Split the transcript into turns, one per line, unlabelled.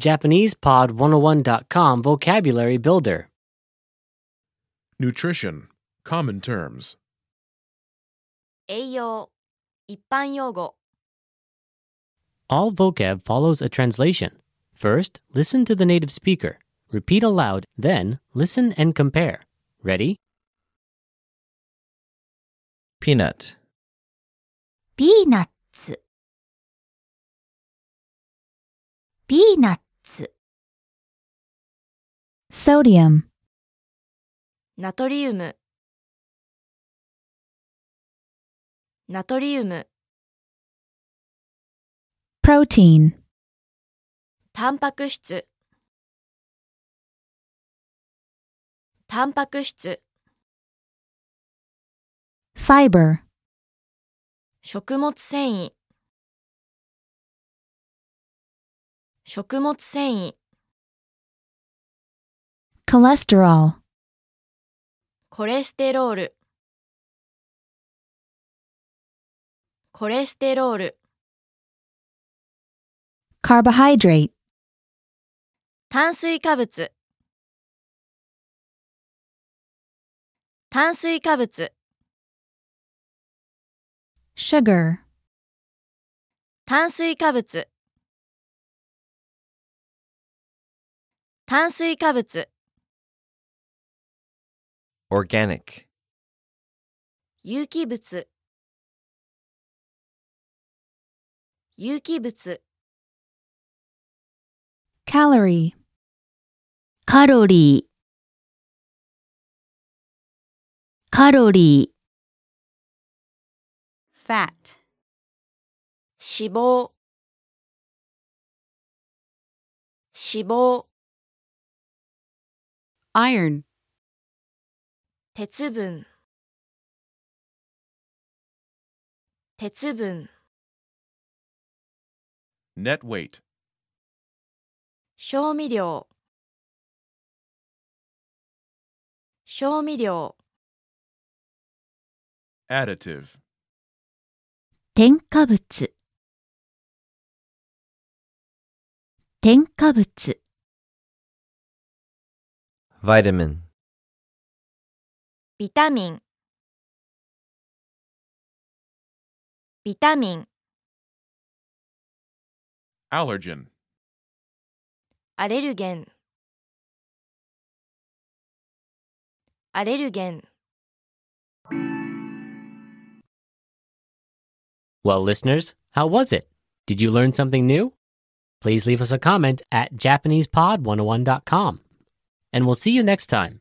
JapanesePod101.com Vocabulary Builder.
Nutrition. Common terms.
栄養一般用語
All vocab follows a translation. First, listen to the native speaker. Repeat aloud, then, listen and compare. Ready?
peanut,
ピーナッツピーナッツ
sodium,
ナトリウムナトリウム
protein,
タンパク質タンパク質
fiber,
食物繊維食物繊維
cholesterol,
コレステロールコレステロール
carbohydrate,
炭水化物炭水化物
sugar,
炭水化物炭水化物
organic,
有機物有機物
calorie,
カロリーカロリー
fat,
脂肪脂肪
iron,
鉄分鉄分
Net weight.
賞味料賞味料
Additive.
添加物添加物
vitamin,
ビタミンビタミン
Allergen.
アレルゲンアレルゲン
Well, listeners, how was it? Did you learn something new? oh Please leave us a comment at JapanesePod101.com. And we'll see you next time.